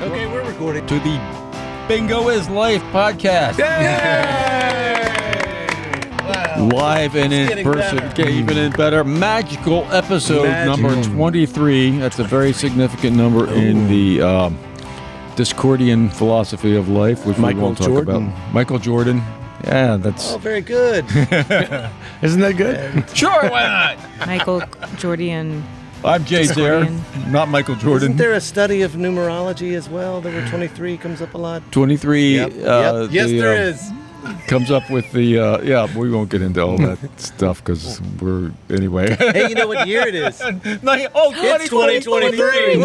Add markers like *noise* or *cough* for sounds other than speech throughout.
Okay, we're recording. to the Bingo is Life podcast. *laughs* Wow. Live and in getting person, better. Mm. get even in better. Magical episode number 23. That's a very significant number in the um, Discordian philosophy of life, which Michael we won't talk Jordan. about. Michael Jordan. Yeah, that's Oh, very *laughs* good. Isn't that good? sure. Why not? Michael Jordan. Oh, I'm Jay Dare, not Michael Jordan. Isn't there a study of numerology as well? The word 23 comes up a lot. 23. Yep, Uh, yep. yes, the, there um, is. Comes up with the uh, yeah. We won't get into *laughs* all that stuff because we're anyway. *laughs* Hey, you know what year it is? oh, It's 2023.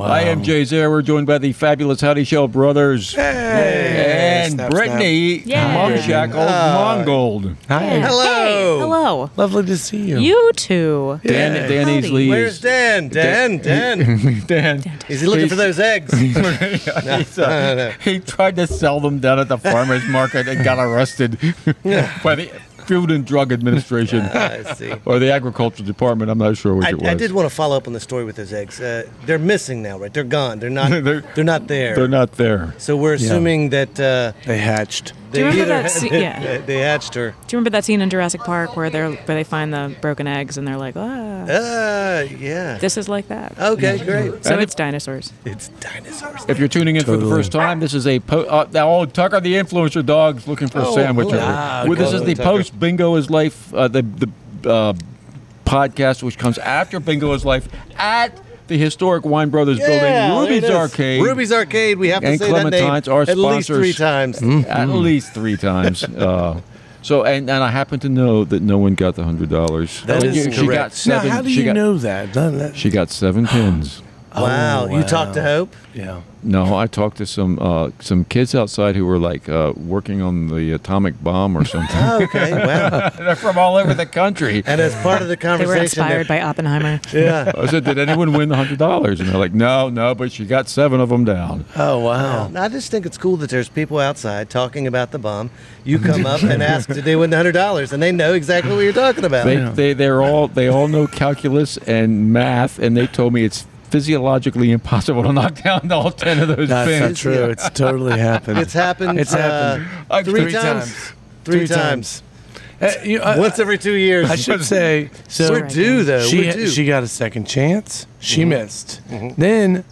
I am Jay Zare. We're joined by the fabulous Howdy Shell brothers and Snap, Brittany Yeah. Mungshackle Mongold. Oh. Hi. Yeah. Hey, hello. Lovely to see you. You two. Dan, Dan Howdy. Easley Where's is Dan? Dan? Dan? Dan. Is he looking for those *laughs* eggs? *laughs* He's, uh, he tried to sell them down at the farmers market and got arrested by the Food and *laughs* Drug Administration I see. or the Agriculture Department. I'm not sure which I, it was. I did want to follow up on the story with those eggs. Uh, they're missing now, right? They're gone. They're not. *laughs* They're- They're, not there. They're not there. So we're assuming that uh, They hatched. they remember either *laughs* that scene? Yeah. they hatched her. Do you remember that scene in Jurassic Park where they're where they find the broken eggs and they're like, ah, Uh, yeah. this is like that. Okay, great. So it's dinosaurs. It's dinosaurs. If you're tuning in for the Totally. first time, this is a po- uh, now oh, Tucker the influencer dog's looking for a Oh, sandwich. hello. over. Ah, Well, this hello, is the Tucker. post Bingo is Life uh, the the uh, podcast which comes after Bingo is Life at the historic Wine Brothers Yeah, there building, it Ruby's is. Arcade. Ruby's Arcade. We have to And say that name Clementine's, our at least sponsors. Hmm? three times. at Mm. least *laughs* three times. Uh, so and, and I happen to know that no one got the hundred dollars. That is she got correct. seven. now, how do she you got, know that? That- that- She got seven pins. Wow. Oh, You talked to wow. Hope? Yeah. No, I talked to some uh, some kids outside who were like uh, working on the atomic bomb or something. Oh, okay. Wow. *laughs* They're from all over the country. And as part of the They conversation, were inspired by Oppenheimer. they're- Yeah. I said, "Did anyone win the hundred dollars?" And they're like, "No, no, but she got seven of them down." Oh wow. I just think it's cool that there's people outside talking about the bomb. You come up and ask, did they win the hundred dollars? And they know exactly what you're talking about. They they they're all they all know calculus and math, and they told me it's physiologically impossible to knock down all ten of those That's not things. true. It's *laughs* totally happened. it's happened. It's uh, happened. I- three, times. Three, times. Uh, you- I- Once every two years. I should say. So we're due though. we're she due. she got a second chance. She missed. Then,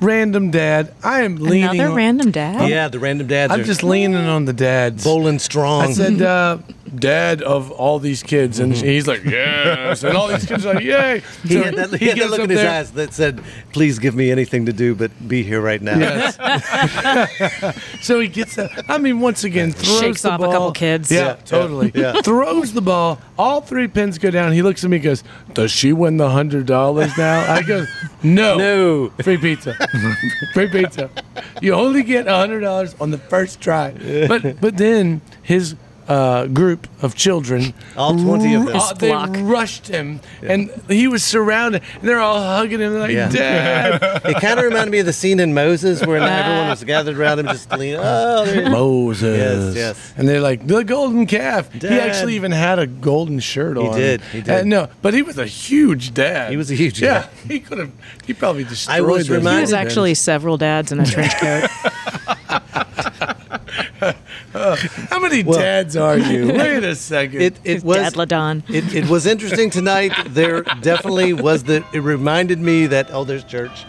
random dad. I am leaning. Another on- random dad. yeah, the random dads. I'm are just leaning on the dads. bowling strong. I said, uh, dad of all these kids, and he's like, yes, and all these kids are like, yay. Mm-hmm. *laughs* he had that, he had that gets look up in his there. eyes that said, "Please give me anything to do, but be here right now." Yes. so he gets up. I mean, once again, throws Shakes the off a ball. couple kids. Yeah, Yeah, totally. yeah, yeah. Throws the ball. All three pins go down. He looks at me, and goes, "Does she win the hundred dollars now?" I go, Oh. "No, *laughs* No. free *laughs* pizza, free pizza. You only get hundred dollars on the first try." But but then his. Uh, group of children, All 20 of them. ru- His Uh, they flock. rushed him, and he was surrounded. And they're all hugging him, like, Yeah. "Dad, *laughs* It kind of reminded me of the scene in Moses where everyone was gathered around him, just leaning. Oh, there *laughs* Moses. Yes, yes. And they're like, the golden calf. He Dad. actually even had a golden shirt on. did, he did. Uh, no, but he was a huge dad. He was a huge yeah, dad. *laughs* He could have, he probably destroyed I was those He reminded- was golden actually several dads in *laughs* a trench coat. calves. How many dads are you? *laughs* Wait a second. it, it was Dad Ladon. it, it was interesting tonight. There definitely was the. It reminded me that oh, there's church.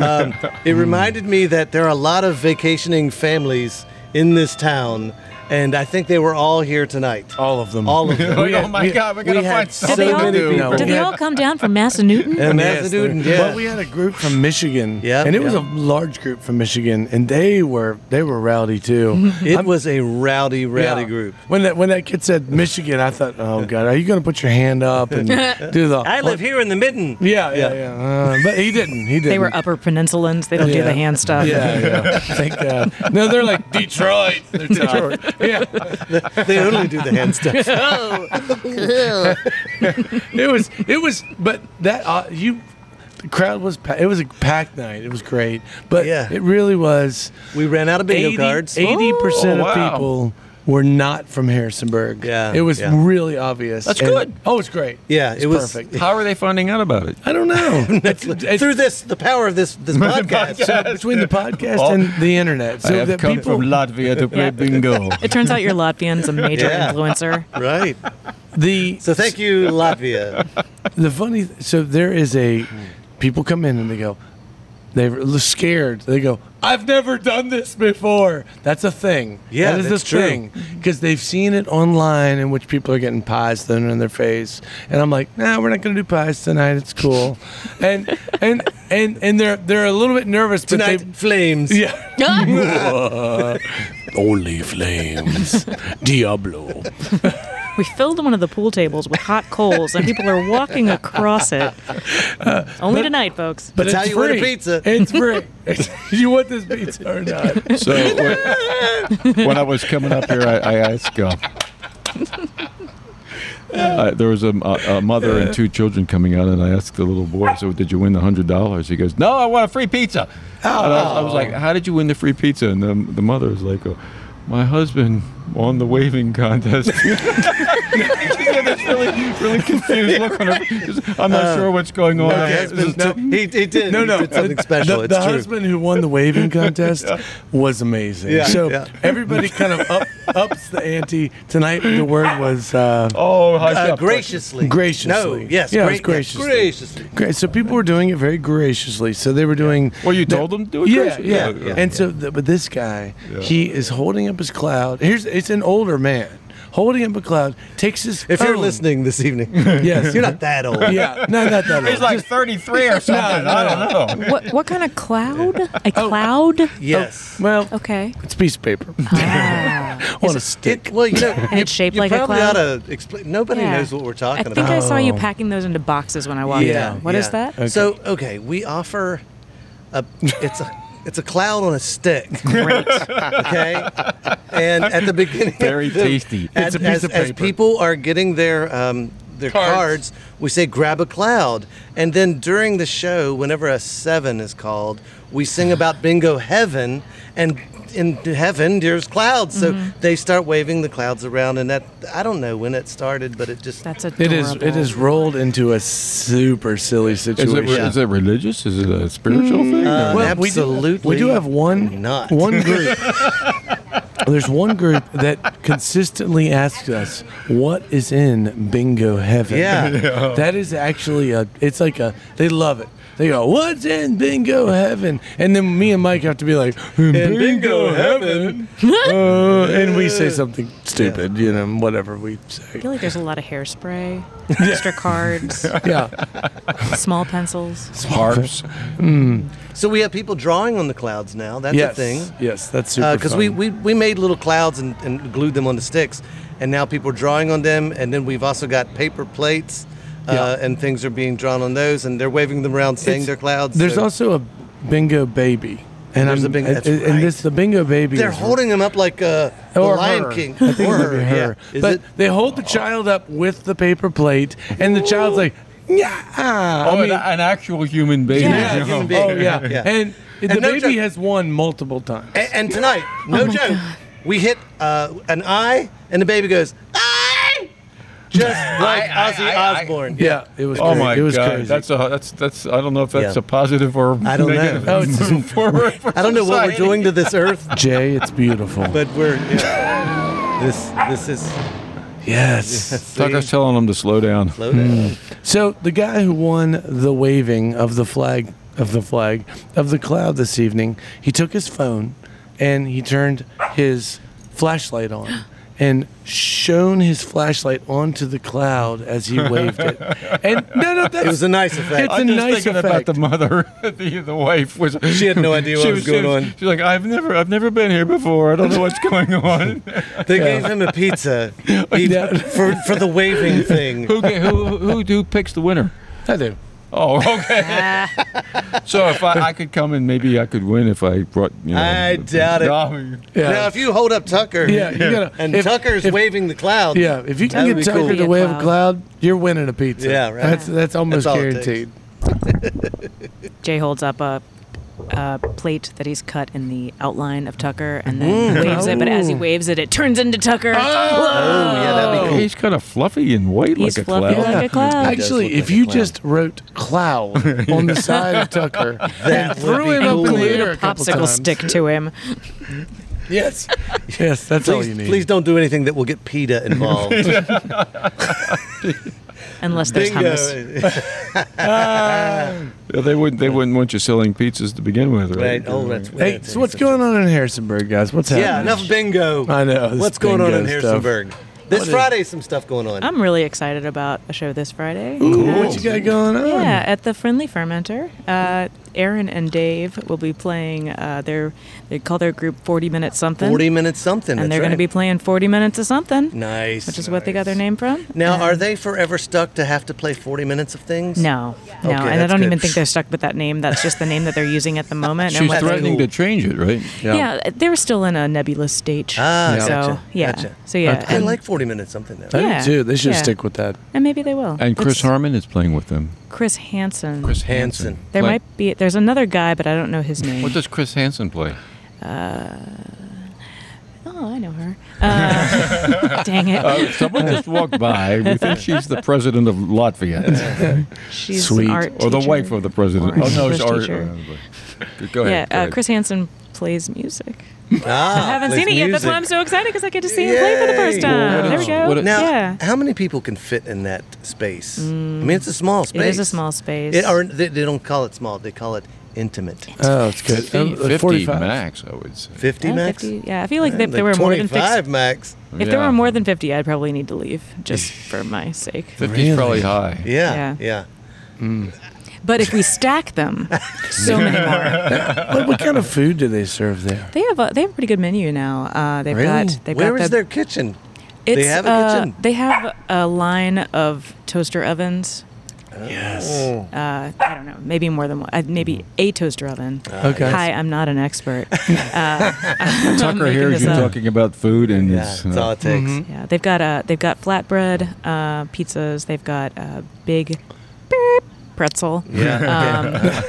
Um, it reminded me that there are a lot of vacationing families in this town, and I think they were all here tonight. all of them. *laughs* All of them. Like, oh my God, we're gonna we find had something Did they so all- many people. No, Did we they had- all come down from Massanutten? And Yes, that's the dude, they're- yeah. Well, we had a group from Michigan. Yep, And it was yep. a large group from Michigan, and they were they were rowdy *laughs* too. it was a rowdy, rowdy Yeah. group. When that when that kid said Michigan, I thought, oh god, are you going to put your hand up *laughs* and do the? I live here in the midden. *laughs* Yeah, yeah, yeah. Uh, but he didn't. He didn't. They were Upper Peninsulans. They don't do Yeah. the hand stuff. Yeah, yeah. Thank God. No, they're like Detroit. They're *laughs* Detroit. Yeah. They only do the hand *laughs* stuff. Oh. It was. It was. But that uh, you, the crowd was. Pa- it was a packed night. It was great. But Yeah. it really was. *laughs* We ran out of bingo Eighty cards. percent Oh, wow. of people were not from Harrisonburg. Yeah, It was yeah. really obvious. That's And- good. Oh, it's great. Yeah, It's it was- perfect. *laughs* How are they finding out about it? I don't know. It's- it's- Through this, the power of this *laughs* this podcast. so between the podcast Oh. and the internet, so I have that come people, from Latvia to play *laughs* Yeah. bingo. It turns out your Latvian's a major Yeah. *laughs* influencer. *laughs* Right. the So thank you, Latvia. *laughs* the funny so there is a people come in and they go they're scared they go i've never done this before that's a thing Yeah, that is that's this true. thing because they've seen it online in which people are getting pies thrown in their face and i'm like nah we're not gonna do pies tonight it's cool *laughs* and and and and they're they're a little bit nervous but Tonight, they flames. yeah Ah, only *laughs* flames diablo we filled one of the pool tables with hot coals, and people are walking across it. Only tonight, folks. Uh, but That's how it's you free. order pizza. it's free *laughs* you want this pizza or not So when, when I was coming up here, I, I asked. Uh, uh, there was a, a, a mother and two children coming out, and I asked the little boy, "So did you win the hundred dollars?" He goes, "No, I want a free pizza." And I, I was like, "How did you win the free pizza?" And the, the mother was like, oh, "My husband won the waving contest." *laughs* She had this really, really confused look on her. face. I'm not sure what's going on. Uh, My husband took- he, he did. No, he no, did something the- special. The, it's the true. husband who won the *laughs* waving contest was amazing. Yeah, so yeah. everybody kind of up, ups the ante tonight. The word was uh, Oh, high Uh, step. graciously. Graciously. No, yes, Yeah, it gra- was graciously. yes, graciously. great. So people were doing it very graciously. So they were doing. Well, you told them to do it. Yeah, graciously. yeah, And so, the, but this guy, he is holding up his cloud. Here's it's an older man holding up a cloud. Takes his. If you're phone. listening this evening, Oh. *laughs* yes, you're not that old. Yeah, no, not *laughs* that old. He's *laughs* like 33 or something. I don't know. What, what kind of cloud? A Oh, uh, cloud? Yes. well, *laughs* Okay. it's piece of paper Ah. on a stick. It, well, you know, And it's shaped you like a probably cloud. ought to explain. Nobody Yeah. knows what we're talking I think about. I saw Oh. you packing those into boxes when I walked yeah. in. What is yeah. Uh, that? So okay, we offer a it's a it's a cloud on a *laughs* stick. Great. Okay, and at the beginning, Very the- tasty. As, It's a piece as- of as paper. people are getting their um, their cards. Cards. we say grab a cloud, and then during the show, whenever a seven is called, we sing about bingo heaven and. In heaven, there's clouds, so Mm-hmm. they start waving the clouds around, and that I don't know when it started, but it just That's adorable. It is. It is rolled into a super silly Is it, situation. is it religious? Is it a spiritual thing? Uh, Or- Well, we do- absolutely We do, have one not. one group. *laughs* There's one group that consistently asks us, "What is in Bingo Heaven?" Yeah. Yeah. *laughs* that is actually a. It's like a. They love it. They go, "What's in Bingo Heaven?" And then me and Mike have to be like, "In Bingo, Bingo Heaven," uh, and we say something stupid, you know, whatever we I *laughs* say. feel like there's a lot *laughs* of hairspray, extra cards, Yeah, *laughs* small pencils. uh, *laughs* harps. So we have people drawing on the clouds now. That's yes, a thing. yes, that's super. Because we, fun. we, we made little clouds and, and glued them on the sticks, and now people are drawing on them. And then we've also got paper plates, uh, Yeah. and things are being drawn on those, and they're waving them around, saying It's- they're clouds. There's so also a bingo baby. And There's I'm, a bingo- and- that's and, right. this the bingo baby. they're is- holding them up like uh, the or Lion her. King. I think Or it might be yeah. her. Is But it? they hold the child up with the paper plate, and the child's like, yeah. Oh, I mean, an, an actual human being. Yeah, you know. human being. oh yeah. Yeah. And, no the baby joke. has won multiple times. A- And, *laughs* tonight, Oh no joke, we hit uh, an eye, and the baby goes eye, just like *laughs* I- Ozzy I- I- Osbourne. yeah, it was. Oh crazy. my it was God! Crazy. That's a that's that's I don't know if that's Yeah. a positive or I don't know. negative Oh, it's *laughs* just- move *laughs* forward for I don't know what we're society. doing to this earth, Jay. It's beautiful. but we're yeah. this this is yes. Tucker's telling them to slow down. slow down. So the guy who won the waving of the flag of the flag of the cloud this evening, he took his phone and he turned his flashlight on and shone his flashlight onto the cloud as he waved it. And no, no, that's It was a nice effect. It's a I'm just nice thinking effect. about the mother, *laughs* the, the wife was. *laughs* She had no idea what was going on. She's like, I've never, I've never been here before. I don't know what's *laughs* going on. They gave him a *laughs* pizza He- Yeah. for, for the *laughs* waving thing. who, ga- who, who, who picks the winner? I do. Oh, *laughs* okay. Ah, So if I, I could come and maybe I could win if I brought. You know, I doubt it. No. Yeah. Now, if you hold up Tucker, Yeah, you gotta- and if- Tucker's if- waving the cloud, Yeah, if you can That'd get be cool. Tucker to Be a wave a cloud. cloud, you're winning a pizza. Yeah, right. That's that's almost all it takes. guaranteed. Jay holds up a uh, plate that he's cut in the outline of Tucker, and then Mm-hmm. waves it. But as he waves it, it turns into Tucker. Oh, yeah, that'd be cool. He's kind of fluffy and white He's like a fluffy cloud. like a cloud. does Actually, look if like a you clown. just wrote cloud on the side of Tucker and would threw be it up in cool. the Glued air a a couple popsicle times. stick to him. Yes. Yes, that's all you Please, need. please don't do anything that will get *laughs* PETA involved. Unless there's hummus. Bingo. Yeah, they wouldn't. They wouldn't want you selling pizzas to begin with, right? Right. Oh, that's weird. Hey, so what's going on in Harrisonburg, guys? What's happening? Yeah, enough bingo. I know. this What's going on in bingo stuff. Harrisonburg? This Friday, some stuff going on. I'm really excited about a show this Friday. Ooh, Uh, what you got going on? Yeah, at the Friendly Fermenter, uh, Aaron and Dave will be playing uh, their. They call their group Forty Minutes Something. 40 minutes something. and that's they're going to right. be playing Forty Minutes of Something, Nice. which is what they got their nice. name from. Now, are they forever stuck to have to play 40 minutes of things? No, no, Okay, and I that's don't good. even think they're stuck with that name. That's just the name that they're *laughs* using at the moment. She's and what- threatening cool. to change it, right? yeah. they're still in a nebulous stage. Ah, so gotcha, yeah, gotcha. so yeah, I and, like 40 minutes something though. I do Yeah, too. They should yeah. stick with that. and maybe they will. And Chris It's Harmon is playing with them. Chris Hansen. Chris Hansen. Hansen. there Play- might be. There's another guy, but I don't know his name. Uh, What does Chris Hansen play? oh, I know her. *laughs* Uh, *laughs* dang it, Uh, *laughs* Someone just walked by. We think she's the president of Latvia, she's Sweet. An art or the teacher. wife of the president. Or Oh no, it's English our. teacher. Go Yeah, ahead. go uh, ahead. Chris Hansen plays music. Ah, I haven't plays seen it yet. That's why I'm music. so excited because I get to see him play for the Yay. first Well, time. what there is- we go. what is- Now, yeah, Mm. how many people can fit in that space? I mean, it's a small space. it is a small space. It, or they, they don't call it small. They call it intimate. Oh, it's good. 50, Um, 50 45. max, I would say. 50 Yeah, max? 50. Yeah, I feel like if Like there were more than 25 fifty, max. if there Yeah. were more than fifty, I'd probably need to leave *laughs* just for my sake. 50 is probably high. Yeah, Yeah. yeah. But if we stack *laughs* them, so many more. What, what kind of food do they serve there? They have a they have a pretty good menu now. Uh, they've Really? got they've Where got is the, their kitchen? it's, they have a uh, kitchen? They have a line of toaster ovens. Yes. Uh, I don't know, maybe more than one. Uh, maybe a toaster oven. Okay. Hi, I'm not an expert. Uh, *laughs* Tucker making hears this you up. talking about food and Yeah, it's, that's all uh, it takes. Yeah, they've got uh, they've got flatbread uh, pizzas. They've got uh, big pretzel. *laughs* Yeah.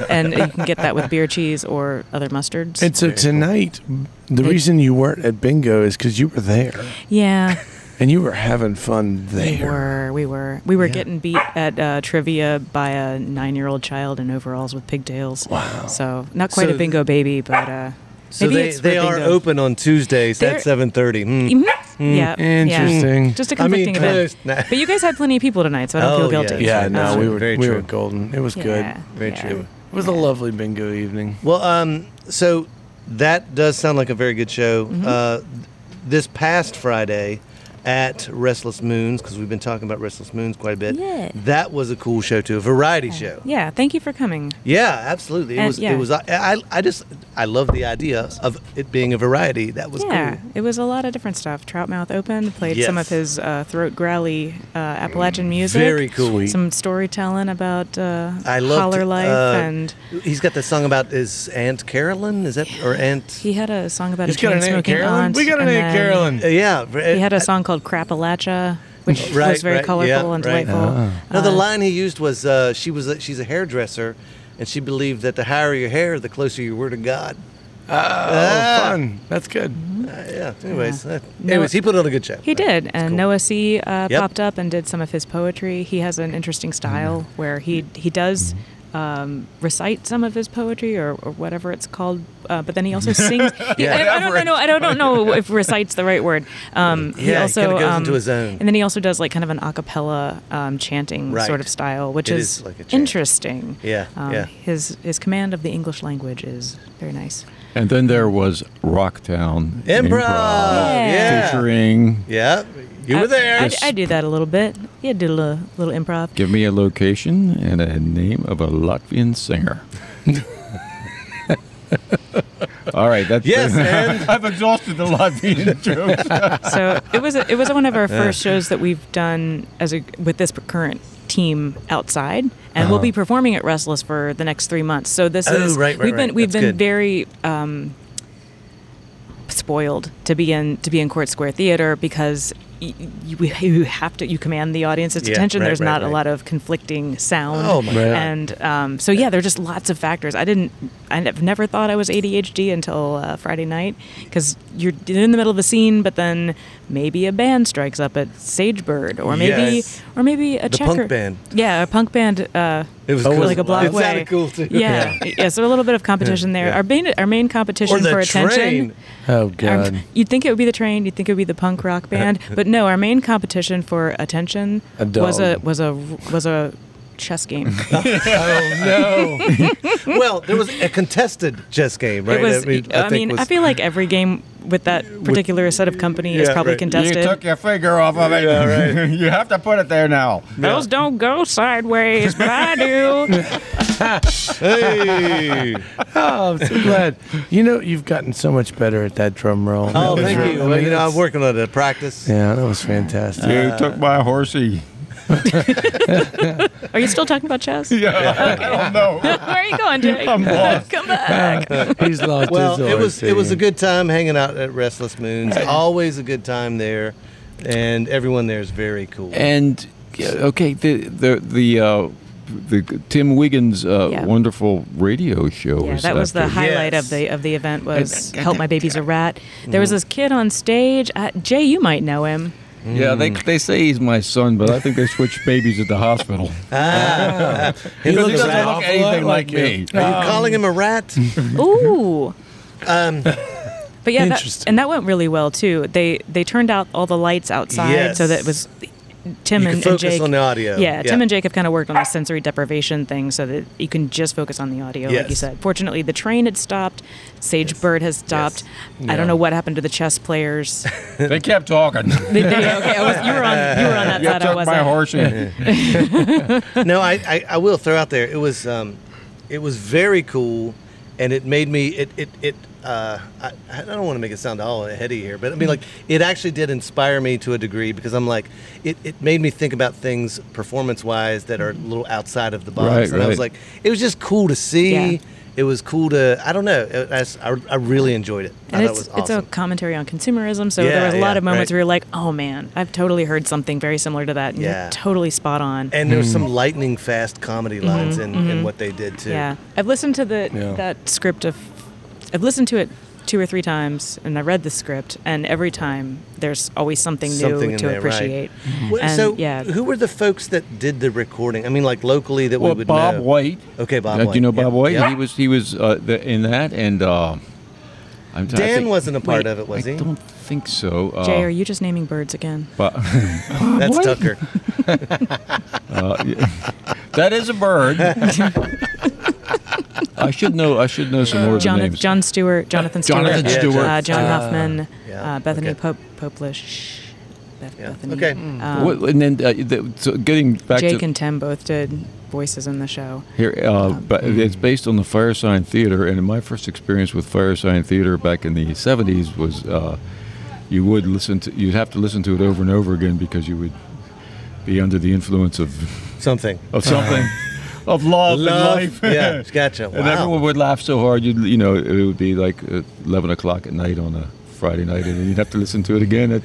*laughs* Um, and you can get that with beer cheese or other mustards. And so tonight, the reason you weren't at bingo is because you were there yeah, and you were having fun we there. were, we were, we were getting beat at uh, trivia by a nine-year-old child in overalls with pigtails. Wow! So not quite So- a bingo baby, but uh, So maybe they, it's for they are bingo. open on Tuesdays They're- at 7.30. Mm. Mm, Yeah, Interesting. Yeah. Just a I mean, conflicting event. close. *laughs* Nah. But you guys had plenty of people tonight, so I don't Oh, feel guilty. Yeah, no, Um, we were Very we true. were golden. It was yeah, good. Very yeah. true. It was a lovely bingo evening. Well, um, so that does sound like a very good show. Mm-hmm. Uh, this past Friday at Restless Moons, because we've been talking about Restless Moons quite a bit. Yeah. That was a cool show too, a variety show. Yeah, thank you for coming. Yeah, absolutely. It And- was. yeah. It was. I, I. I just. I love the idea of it being a variety. That was yeah, cool. it was a lot of different stuff. Troutmouth opened, played Yes. some Mm. of his uh, throat growly uh, Appalachian music. Very cool. Sweet. Some storytelling about uh, I loved, holler life, uh, and He's got the song about his aunt Carolyn. Is that or aunt? he had a song about He's a got chain an Aunt smoking Carolyn. aunt. We got an and Aunt then Carolyn. Uh, yeah. v- He had a song called Crapalacha, which *laughs* Right, was very right, colorful yeah, and right. Uh-huh. delightful. No, the Uh, line he used was uh, she was a, she's a hairdresser, and she believed that the higher your hair, the closer you were to God. Oh, Ah. fun. That's good. Uh, yeah. Anyways, uh, No, anyways, he put on a good show. He did, and Noah C uh, Yep. Mm-hmm. popped up and did some of his poetry. He has an interesting style where he he does um, recite some of his poetry or, or whatever it's called, uh, but then *laughs* he also sings. yeah. I, I don't, I know. I don't, I don't know if recite's the right word. Um, he Yeah, he also kinda goes um, into his own. and then he also does like kind of an a cappella um, chanting Right. sort of style, which It is, is like a chant. interesting. Yeah, um, yeah. His his command of the English language is very nice. And then there was Rocktown Improv. Yeah. featuring. Yeah. You I- were there. I, I Uh, do that a little bit. Yeah, do a little, little improv. Give me a location and a name of a Latvian *laughs* singer. All right, that's Yes, and- I've exhausted the *laughs* Latvian jokes. so it was it was one of our first shows that we've done as a with this current team outside and we'll be performing at restless for the next three months so this Uh-huh. Oh, is right, right, we've been right. we've That's been good. very um spoiled to be in to be in court square theater because y- y- you have to you command the audience's Yeah, attention. right, There's right, not right. a lot of conflicting sound. Oh, my Right. God. And um, so yeah, there are just lots of factors. I didn't. I've never thought I was ADHD until uh, Friday night because you're in the middle of a scene, but then maybe a band strikes up at Sagebird, or maybe Yes. or maybe a The punk checker band. Yeah, a punk band. Uh, It was Oh, cool. was like a block it away. sounded cool too. Yeah, yeah. So a little bit of competition there. yeah. Our main our main competition Or the for train. attention. Oh our- god. you'd think it would be the train. You'd think it would be the punk rock band, but no. Our main competition for attention A was a dog. was a was a chess *laughs* game. *laughs* well, there was a contested chess game, right? It was. I mean, I, think was- feel like every game with that particular set of company is Yeah, probably right. contested. your finger off of it. *laughs* *laughs* you have to put it there now. Those don't go sideways, but I do. Hey. *laughs* Oh, *laughs* I'm so glad. You know, you've gotten so much better at that drum roll. oh, thank you. I Well, mean, you know, I'm it's- working on it. Practice. Yeah, that was fantastic. You took my horsey. *laughs* Are you still talking about chess? Yeah, I don't know. *laughs* Where are you going, Jake? I'm lost. *laughs* Come back. He's lost Well, his it was it was a RC. good time hanging out at Restless Moons. Always a good time there, and everyone there is very cool. And yeah, okay, the the the. Uh, the Tim Wiggins' uh, Yeah. wonderful radio show. Yeah, that was the after- highlight Yes. of the of the event. Was help my baby's a rat. There was this kid on stage. Uh, Jay, you might know him. Yeah, they, they say he's my son, but I think they switched babies at the hospital. He Because looked he doesn't around. look anything like Um, me. Are you calling him a rat? Ooh. Um, but yeah, that, Interesting. and that went really well too. They they turned out all the lights outside so that Yes. it was Tim You and, could and focus Jake. on the audio. Yeah, Tim Yeah. and Jake have kind of worked on the sensory deprivation thing so that you can just focus on the audio, like you Yes. said. Fortunately, the train had stopped. Sage Bird has stopped. I Yeah. don't know what happened to the chess *laughs* players. *laughs* They kept talking. They- they- okay, I was, you were on you were on that You side. I took my wasn't. horsey. no, I, I, I will throw out there. It was um, it was very cool, and it made me it it it. Uh, I, I don't want to make it sound all heady here, but I mean, like, it actually did inspire me to a degree because I'm like, it, it made me think about things performance wise that are a little outside of the box. Right, and I was right. like, it was just cool to see. Yeah. It was cool to, I don't know. It, I, s- I- I really enjoyed it. I And thought it it's, was it's a awesome. commentary on consumerism. So there Yeah, was a lot yeah, of moments right. where you're like, oh man, I've totally heard something very similar to that. And Yeah. you're totally spot on. and there Hmm. was some lightning fast comedy lines in, in what they did too. Mm-hmm, yeah. I've listened to the Yeah. that script of I've listened to it two or three times and I read the script and every time there's always something, Something new in to there, right. appreciate. Mm-hmm. Well, And so, yeah. who were the folks that did the recording? I mean, like locally that Well, we would Bob know. White. Okay, Bob Uh, Do you know White, yeah, Bob White? yeah. He was he was uh, the, in that, and uh, I'm trying to Dan think- wasn't a part Wait, of it, was I he? don't think so. Uh, Jay, are you just naming birds again? but, That's What? Tucker. uh, *laughs* that is a bird. *laughs* I should know. I should know some more of the Jonathan, names. John Stewart, Jonathan Stewart, Jonathan Yeah, Stewart. Uh, John Ah, Huffman, yeah, uh, Bethany okay. Pope, Popelish, Beth, Yeah, Bethany. okay. Um, What- and then uh, the, so getting back Jake to and Tim both did voices in the show. Here, uh, but it's based on the Firesign Theater, and my first experience with Firesign Theater back in the '70s was uh, you would listen to, you'd have to listen to it over and over again because you would be under the influence of Something. of something, *laughs* of love, and life. *laughs* yeah, gotcha. *laughs* and everyone Wow. would laugh so hard, you'd you know, it would be like uh, 11 o'clock at night on a Friday night, and then you'd have to listen to it again at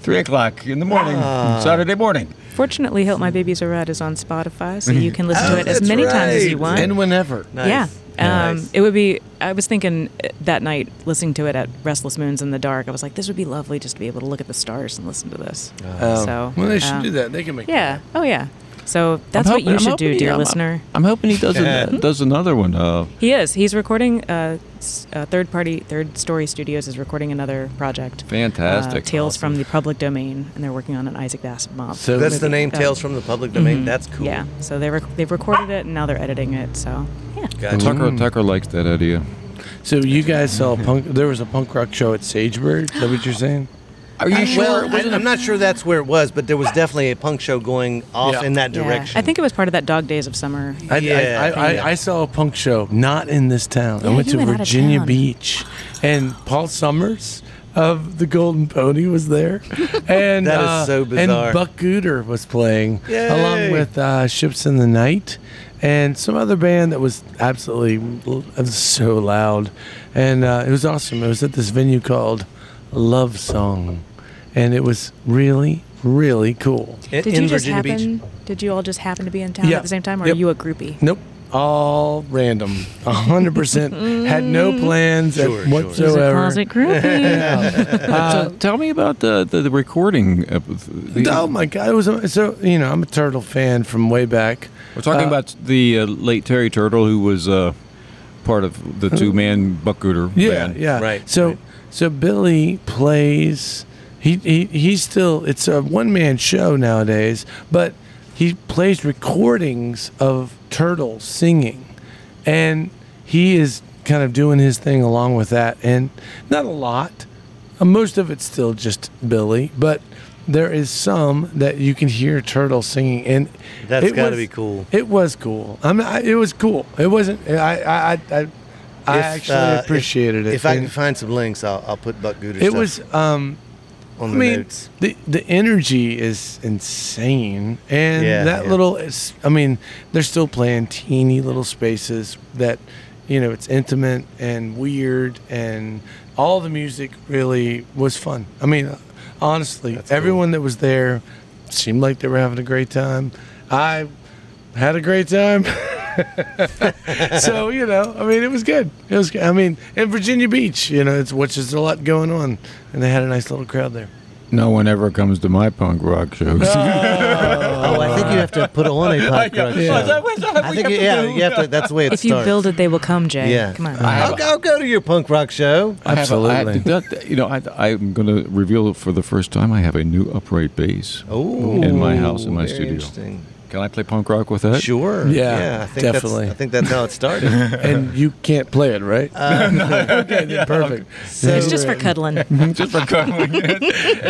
three o'clock in the morning, Saturday morning. Fortunately, Help My Baby's a Rat is on Spotify, so you can listen Oh, to it as that's many times as you right. want. and whenever. Nice. Yeah. Um, Nice. It would be, I was thinking uh, that night, listening to it at Restless Moons in the Dark, I was like, this would be lovely just to be able to look at the stars and listen to this. Oh. Um, so, well, they should um, do that. They can make. Yeah. Oh, yeah. So that's what you should do, dear listener. I'm hoping he does, an, does another one. Uh, He is. He's recording, uh, s- uh, third party, Third Story Studios is recording another project. Fantastic. Uh, Tales from the Public Domain, and they're working on an Isaac Asimov. So That's the name, Yeah. Tales from the Public Domain. That's cool. um, mm-hmm. Yeah. So they rec- they've recorded it and now they're editing it. So yeah. Gotcha. Tucker Tucker likes that idea. So you *laughs* guys saw a punk. There was a punk rock show at Sagebird. Is that what you're saying? Are you Well, I, am not sure that's where it was, but there was definitely a punk show going off Yeah. in that Yeah. direction. I think it was part of that Dog Days of Summer. I, Yeah, I, I, yeah. I, I saw a punk show not in this town. I Yeah, went you to went out of Virginia town. Beach, and Paul Summers of the Golden Pony was *laughs* there, and That is uh, so bizarre. And Buck Gooter was playing along Yay. with uh, Ships in the Night and some other band that was absolutely l- it was so loud, and uh, it was awesome. It was at this venue called Love Song. and it was really, really cool. In, Did in you just Virginia happen? Beach. Did you all just happen to be in town Yeah. at the same time, or Yep. are you a groupie? Nope. All random. 100%. had no plans at Sure, sure. She's a whatsoever. *laughs* Uh, closet groupie. So tell me about the the, the recording. Uh, the, oh my God. It was a, so, you know, I'm a Turtle fan from way back. We're talking Uh, about the uh, late Terry Turtle, who was uh, part of the two man Buck Gooder Yeah, band. yeah. Right, So right. so Billy plays. He, he he's still it's a one man show nowadays, but he plays recordings of turtles singing, and he is kind of doing his thing along with that, and not a lot. Uh, Most of it's still just Billy, but there is some that you can hear turtles singing, and That's it gotta was- be cool. It was cool. I'm. I, it was cool. It wasn't. I. I. I. I I If, actually uh, if- appreciated it. If I and- can find some links, I'll, I'll put Buck Gooder it stuff was um on i the mean notes. the the energy is insane and Yeah, that yeah. little it's i mean they're still playing teeny little spaces that you know it's intimate and weird and all the music really was fun i mean honestly everyone that was there seemed like they were having a great time i had a great time *laughs* so you know, I mean, it was good. It was. I mean, in Virginia Beach, you know, it's which is a lot going on, and they had a nice little crowd there. No one ever comes to my punk rock shows. *laughs* Oh, *laughs* I think you have to put on a punk rock show. I think you, yeah, you have to. That's the way it if you starts. build it, they will come, Jay. yeah, Come on. I'll, go- I'll go to your punk rock show. I have a- I have Absolutely. to- *laughs* that- you know, I, I'm going to reveal for the first time. I have a new upright bass Oh, in my house in my very studio. Interesting. Can I play punk rock with *laughs* that? Sure. Yeah, I think definitely. That's, I think that's how it *laughs* started. *laughs* And you can't play it, right? Uh, *laughs* okay, then perfect. So- it's just for cuddling. Just for *laughs* cuddling.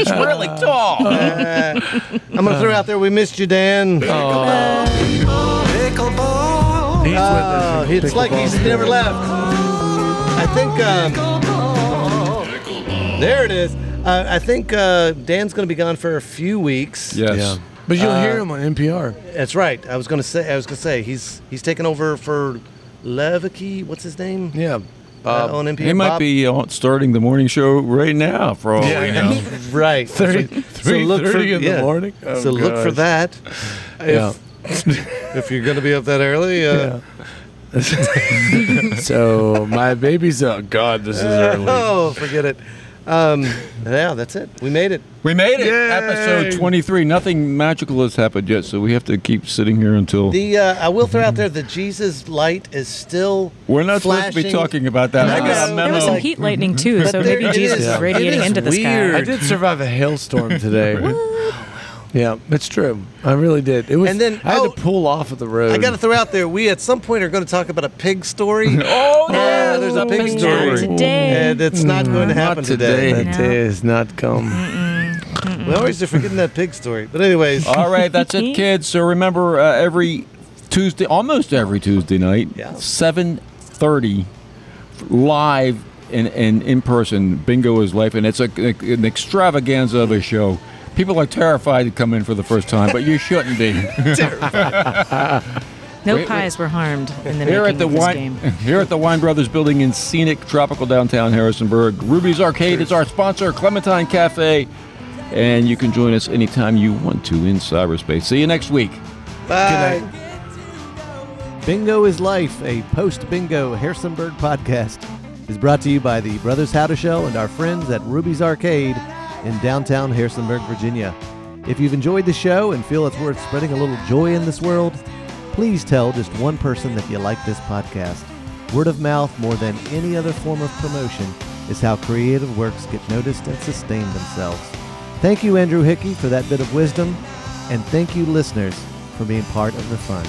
it's really tall. I'm gonna throw out there. We missed you, Dan. He's with Oh, us. it's like he's never left. I think. Um, there it is. Uh, I think uh, Dan's going to be gone for a few weeks. yes. Yeah, Uh, but you'll hear him on NPR. that's right. I was going to say. I was going to say he's he's taking over for Levicky. What's his name? Yeah, Uh, on NPR. He might Bob- be on starting the morning show right now for all we know. *laughs* right. thirty, So three look for thirty in yeah. the morning. Oh, so look for gosh. *laughs* that. Yeah. If you're going to be up that early, uh, so my baby's oh god, this is early. Oh, forget it. Um, yeah, that's it. We made it. We made it. Episode 23. Nothing magical has happened yet, so we have to keep sitting here until. The uh, I will throw out there the Jesus light is still. We're not supposed to be flashing. talking about that. I got a No. There was some memo. heat lightning too, But so there maybe it Jesus is. is, Yeah. radiating It is into the I weird. sky. did survive a hailstorm *laughs* today. yeah, it's true. I really did. It was. And then- I had oh, to pull off of the road. I got to throw out there. We at some point are going to talk about a pig story. Oh, yeah. there's a pig pig story. story. Today. And it's not Mm, going to happen today. That No. day has not come. We always are forgetting that pig story. But anyways, All right, that's it, kids. So remember, uh, every Tuesday, almost every Tuesday night, Yeah. seven thirty, live and, and in person. Bingo is life, and it's a, an extravaganza of a show. People are terrified to come in for the first time, but you shouldn't be. No Wait, wait. pies were harmed in the Here making at the of this wine, game. *laughs* here at the Wine Brothers Building in scenic tropical downtown Harrisonburg, Ruby's Arcade is our sponsor, Clementine Cafe, and you can join us anytime you want to in cyberspace. See you next week. bye. Bingo is Life, a post bingo Harrisonburg podcast, is brought to you by the Brothers How to Show and our friends at Ruby's Arcade in downtown Harrisonburg, Virginia. If you've enjoyed the show and feel it's worth spreading a little joy in this world, please tell just one person that you like this podcast. Word of mouth, more than any other form of promotion, is how creative works get noticed and sustain themselves. Thank you, Andrew Hickey, for that bit of wisdom, and thank you, listeners, for being part of the fun.